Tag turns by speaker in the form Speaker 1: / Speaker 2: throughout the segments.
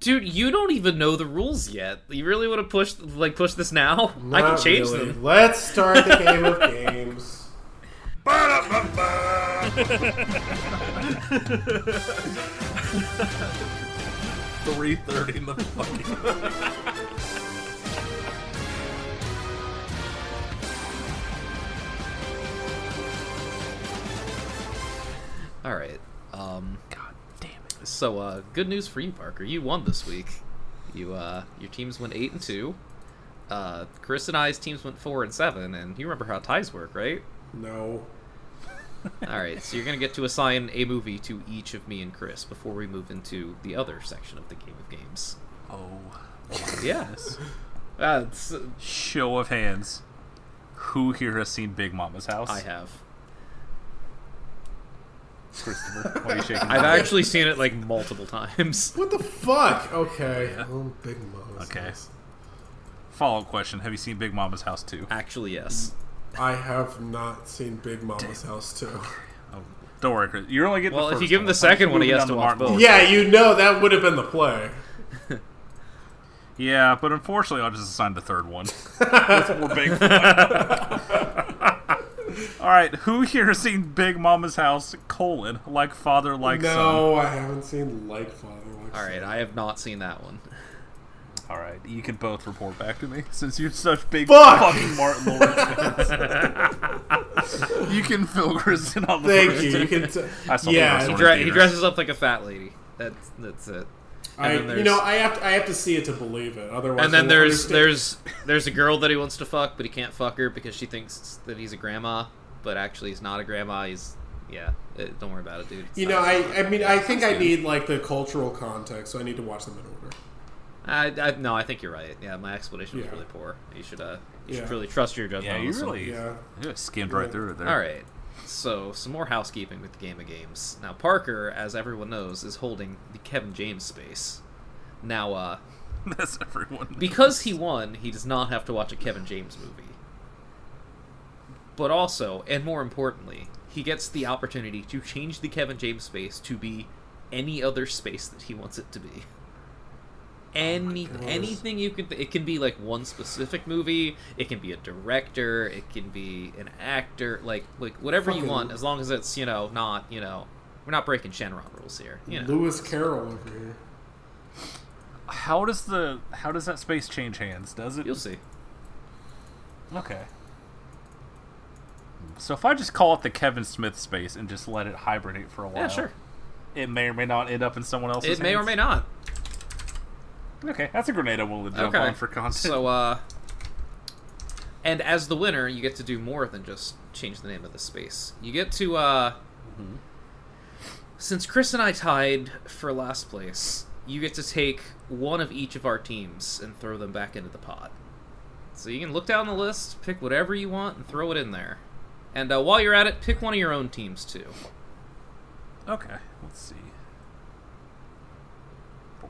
Speaker 1: Dude, you don't even know the rules yet. You really want to push like push this now? I can
Speaker 2: Not
Speaker 1: change
Speaker 2: really.
Speaker 1: them.
Speaker 2: Let's start the game of games.
Speaker 3: Three thirty in the fucking.
Speaker 1: All right. Um, God damn it. So, uh, good news for you, Parker. You won this week. You uh, your teams went eight and two. Uh, Chris and I's teams went four and seven, and you remember how ties work, right?
Speaker 2: No.
Speaker 1: All right. So you're gonna get to assign a movie to each of me and Chris before we move into the other section of the game of games.
Speaker 3: Oh.
Speaker 1: Yes. Uh, it's-
Speaker 3: Show of hands. Who here has seen Big Mama's house?
Speaker 1: I have.
Speaker 3: Christopher. Why are you shaking?
Speaker 1: I've actually seen it like multiple times.
Speaker 2: What the fuck? Okay. Oh, big Mama's
Speaker 3: Okay.
Speaker 2: house.
Speaker 3: Follow up question: Have you seen Big Mama's house too?
Speaker 1: Actually, yes.
Speaker 2: I have not seen Big Mama's House too.
Speaker 3: Oh, don't worry, Chris. You're only getting.
Speaker 1: Well,
Speaker 3: the
Speaker 1: if
Speaker 3: first
Speaker 1: you give him
Speaker 3: one.
Speaker 1: the
Speaker 3: I'm just
Speaker 1: second one, he
Speaker 3: moving
Speaker 1: has
Speaker 3: on
Speaker 1: to
Speaker 3: to
Speaker 1: watch
Speaker 3: Martin.
Speaker 1: both.
Speaker 2: Yeah, you know that would have been the play.
Speaker 3: Yeah, but unfortunately, I just assigned the third one. We're big. All right, who here has seen Big Mama's house? Colon, like father, like son.
Speaker 2: no, I haven't seen Like Father. Like
Speaker 1: All right, I have not seen that one.
Speaker 3: All right, you can both report back to me since you're such big
Speaker 2: Fuck!
Speaker 3: fucking Martin Lawrence fans. you can fill Chris in on the
Speaker 2: Thank
Speaker 3: first
Speaker 2: you.
Speaker 3: two.
Speaker 2: You can. T-
Speaker 3: I saw the
Speaker 2: yeah,
Speaker 3: first
Speaker 1: He,
Speaker 3: one.
Speaker 1: dre- he
Speaker 3: theaters.
Speaker 1: dresses up like a fat lady. That's that's it. And
Speaker 2: I,
Speaker 1: then there's,
Speaker 2: you know, I have to. I have to see it to believe it. Otherwise,
Speaker 1: and then
Speaker 2: I won't
Speaker 1: there's
Speaker 2: understand.
Speaker 1: there's there's a girl that he wants to fuck, but he can't fuck her because she thinks that he's a grandma, but actually he's not a grandma. He's yeah. It, don't worry about it, dude. It's
Speaker 2: You know,
Speaker 1: not-
Speaker 2: I. I mean, I think I
Speaker 1: good.
Speaker 2: need like the cultural context, so I need to watch them in order.
Speaker 1: I, I, no, I think you're right. Yeah, my explanation was
Speaker 2: Yeah.
Speaker 1: really poor. You should uh, you should
Speaker 2: Yeah.
Speaker 1: really trust your judgment.
Speaker 3: Yeah,
Speaker 1: on
Speaker 3: you
Speaker 1: this one.
Speaker 3: really
Speaker 2: Yeah.
Speaker 3: you skimmed right through it there.
Speaker 1: All right. So, some more housekeeping with the Game of Games. Now, Parker, as everyone knows, is holding the Kevin James space. Now, uh,
Speaker 3: that's everyone.
Speaker 1: because he won, he does not have to watch a Kevin James movie. But also, and more importantly, he gets the opportunity to change the Kevin James space to be any other space that he wants it to be. Any
Speaker 2: Oh goodness.
Speaker 1: anything you could, it can be like one specific movie. It can be a director. It can be an actor. Like like whatever you
Speaker 2: Fucking-
Speaker 1: want, as long as it's you know not you know we're not breaking Shenron rules here. You know.
Speaker 2: Lewis Carroll over here.
Speaker 3: How does the how does that space change hands? Does it?
Speaker 1: You'll see.
Speaker 3: Okay. So if I just call it the Kevin Smith space and just let it hibernate for a while,
Speaker 1: Yeah, sure.
Speaker 3: it may or may not end up in someone else's.
Speaker 1: It may or
Speaker 3: hands?
Speaker 1: may not.
Speaker 3: Okay, that's a grenade I'm willing to jump on for content.
Speaker 1: So, uh, and as the winner, you get to do more than just change the name of the space. You get to, uh,
Speaker 3: Mm-hmm.
Speaker 1: since Chris and I tied for last place, you get to take one of each of our teams and throw them back into the pot. So you can look down the list, pick whatever you want, and throw it in there. And uh, while you're at it, pick one of your own teams too.
Speaker 3: okay, let's see. Boy,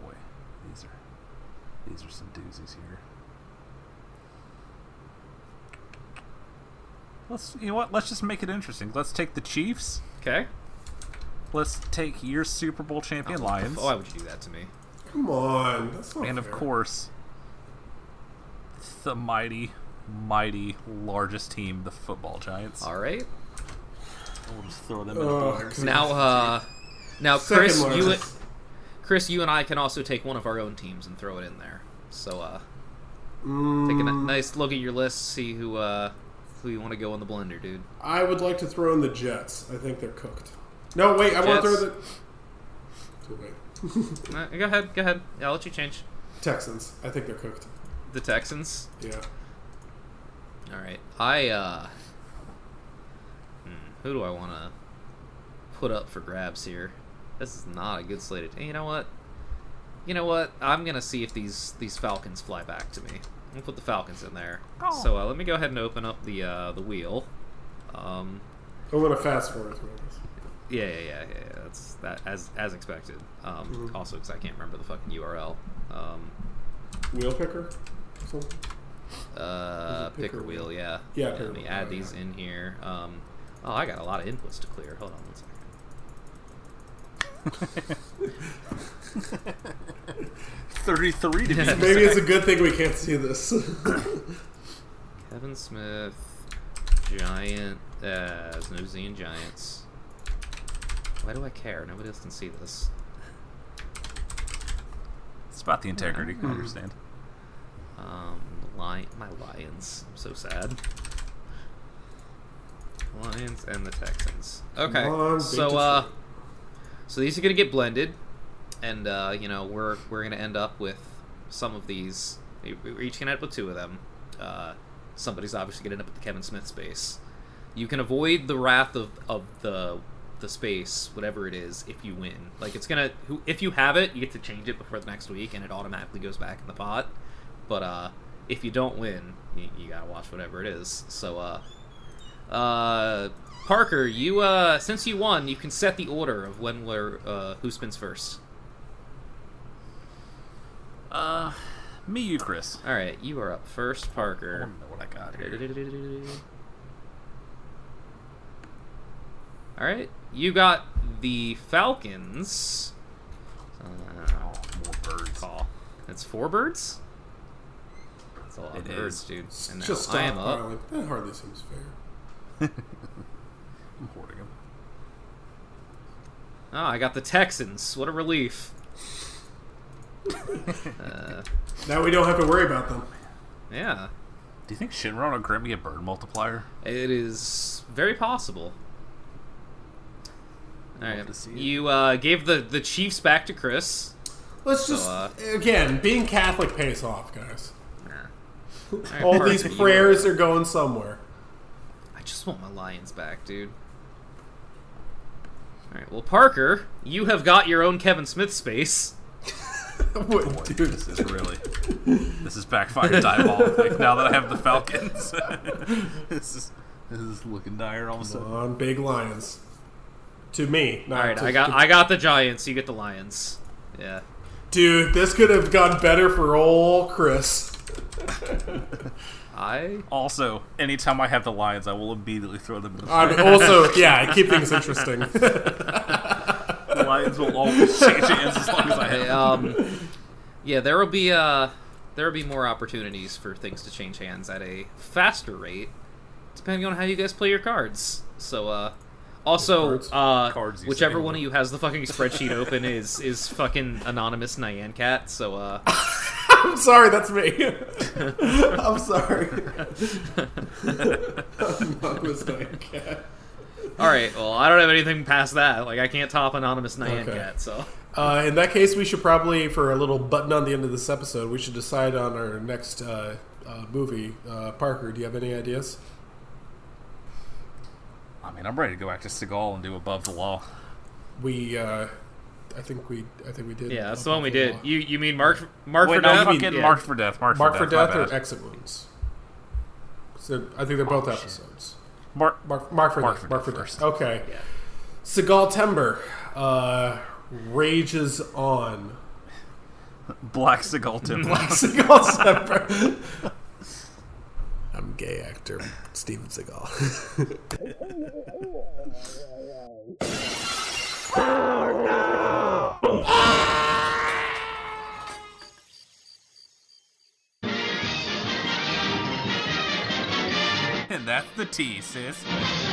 Speaker 3: these are these are some doozies here. Let's you know what? Let's just make it interesting. Let's take the Chiefs.
Speaker 1: Okay.
Speaker 3: Let's take your Super Bowl champion Lions.
Speaker 1: Oh, why would you do that to me?
Speaker 2: Come on, that's not
Speaker 3: and of
Speaker 2: fair.
Speaker 3: course, the mighty, mighty largest team, the football giants.
Speaker 1: All right.
Speaker 3: We'll just throw them in the
Speaker 2: Ugh,
Speaker 3: blender.
Speaker 1: Now, uh, now,
Speaker 2: Second
Speaker 1: Chris,
Speaker 2: one.
Speaker 1: you, Chris, you and I can also take one of our own teams and throw it in there. So, uh,
Speaker 2: Mm,
Speaker 1: take a n- nice look at your list, see who, uh, who you want to go in the blender, dude.
Speaker 2: I would like to throw in the Jets. I think they're cooked. No, wait. I want to
Speaker 1: Jets.
Speaker 2: throw the. So wait.
Speaker 1: Uh, go ahead, go ahead. Yeah, I'll let you change.
Speaker 2: Texans. I think they're cooked.
Speaker 1: The Texans.
Speaker 2: Yeah.
Speaker 1: All right. I, uh, hmm, who do I want to put up for grabs here? This is not a good slate. Of, you know what? You know what? I'm gonna see if these these Falcons fly back to me. I'll put the Falcons in there.
Speaker 3: Oh.
Speaker 1: So uh, let me go ahead and open up the uh, the wheel. Um,
Speaker 2: I'm gonna fast forward through this.
Speaker 1: yeah, yeah, yeah, yeah, yeah. That's that as as expected. Um,
Speaker 2: Mhm.
Speaker 1: Also, because I can't remember the fucking URL. Um,
Speaker 2: Wheel picker. Something.
Speaker 1: uh,
Speaker 2: Is it
Speaker 1: picker
Speaker 2: picker
Speaker 1: wheel,
Speaker 2: wheel?
Speaker 1: yeah.
Speaker 2: Yeah, picker
Speaker 1: Let me
Speaker 2: wheel,
Speaker 1: add
Speaker 2: yeah,
Speaker 1: these
Speaker 2: yeah.
Speaker 1: in here. Um, oh, I got a lot of inputs to clear. Hold on one second.
Speaker 3: 33 to be
Speaker 1: Yeah.
Speaker 2: Maybe it's a good thing we can't see this.
Speaker 1: Kevin Smith, Giant, uh, New Zealand Giants. Why do I care? Nobody else can see this.
Speaker 3: It's about the integrity. I understand.
Speaker 1: Um, lion, my Lions. I'm so sad. Lions and the Texans. Okay,
Speaker 2: Come on,
Speaker 1: so
Speaker 2: Big
Speaker 1: uh,
Speaker 2: Detroit.
Speaker 1: so these are gonna get blended, and uh, you know we're we're gonna end up with some of these. we- We're each gonna end up with two of them. Uh, somebody's obviously gonna end up with the Kevin Smith space. You can avoid the wrath of of the the space, whatever it is, if you win. Like it's gonna, who- if you have it, you get to change it before the next week, and it automatically goes back in the pot. But uh, if you don't win, you, you gotta watch whatever it is. So uh, uh, Parker, you uh, since you won, you can set the order of when we're uh, who spins first.
Speaker 3: Uh, me, you, Chris.
Speaker 1: All right, you are up first,
Speaker 3: I
Speaker 1: Parker.
Speaker 3: don't know what I got here.
Speaker 1: All right, you got the Falcons.
Speaker 3: Oh,
Speaker 1: Uh,
Speaker 3: more birds.
Speaker 1: call. That's four birds. That's a lot of
Speaker 3: It
Speaker 1: birds,
Speaker 3: is.
Speaker 1: dude. And now
Speaker 2: Just
Speaker 1: I am up.
Speaker 2: stockpiling. That hardly seems fair.
Speaker 3: I'm hoarding them.
Speaker 1: Oh, I got the Texans. What a relief. uh,
Speaker 2: Now we don't have to worry about them.
Speaker 1: yeah,
Speaker 3: Do you think Shinron will grant me a bird multiplier?
Speaker 1: it is very possible. All
Speaker 3: Love
Speaker 1: right,
Speaker 3: to see it.
Speaker 1: you uh, gave the the Chiefs back to Chris.
Speaker 2: Let's just
Speaker 1: uh,
Speaker 2: again, being Catholic pays off, guys.
Speaker 1: All right,
Speaker 2: All
Speaker 1: Parker,
Speaker 2: these
Speaker 1: you-
Speaker 2: prayers are going somewhere.
Speaker 1: I just want my lions back, dude. All right, well, Parker, you have got your own Kevin Smith space.
Speaker 2: What,
Speaker 3: Boy,
Speaker 2: dude?
Speaker 3: this is really this is backfire diabolically. now that I have the Falcons, this is this is looking dire all of a sudden.
Speaker 2: On big lions. To me, not
Speaker 1: All right,
Speaker 2: to-
Speaker 1: I got I got the Giants. You get the Lions. Yeah.
Speaker 2: Dude, this could have gone better for old Chris.
Speaker 1: I
Speaker 3: Also, anytime I have the Lions, I will immediately throw them. In the
Speaker 2: I'm also, yeah, keep things interesting.
Speaker 3: The Lions will always change hands as long as I have.
Speaker 1: Hey,
Speaker 3: them.
Speaker 1: um, yeah, there will be uh, there will be more opportunities for things to change hands at a faster rate, depending on how you guys play your cards. So, uh, also,
Speaker 2: Cards?
Speaker 1: uh,
Speaker 3: Cards, you
Speaker 1: whichever
Speaker 3: say.
Speaker 1: one of you has the fucking spreadsheet open is is fucking anonymous Nyan Cat. So, uh,
Speaker 2: I'm sorry, that's me. I'm sorry. I'm not mistaken.
Speaker 1: all right, well, I don't have anything past that. Like, I can't top anonymous Nyan
Speaker 2: Okay.
Speaker 1: Cat. So,
Speaker 2: Uh, in that case, we should probably, for a little button on the end of this episode, we should decide on our next uh, uh, movie. Uh, Parker, do you have any ideas?
Speaker 3: I mean, I'm ready to go back to Seagal and do above the law.
Speaker 2: We, uh, I think we, I think we did. Uh,
Speaker 1: yeah, that's the one we did. You you mean Mark Mark
Speaker 3: Wait,
Speaker 1: for
Speaker 3: no,
Speaker 1: Death?
Speaker 3: I'm getting
Speaker 1: Yeah.
Speaker 3: marked for death. Marked
Speaker 2: Mark
Speaker 3: for
Speaker 2: for
Speaker 3: death,
Speaker 2: Death
Speaker 3: my
Speaker 2: or
Speaker 3: bad.
Speaker 2: Exit Wounds? So I think they're both episodes.
Speaker 3: Mark.
Speaker 2: Mark, Mark for
Speaker 3: Mark
Speaker 2: Death.
Speaker 3: for
Speaker 2: Mark for
Speaker 3: Death
Speaker 2: Death.
Speaker 3: first.
Speaker 2: Okay.
Speaker 1: Yeah.
Speaker 2: Seagal Timber uh, rages on.
Speaker 3: Black Seagal Tim.
Speaker 2: Black Seagal Timber. I'm gay actor Steven Seagal.
Speaker 3: and that's the T, sis.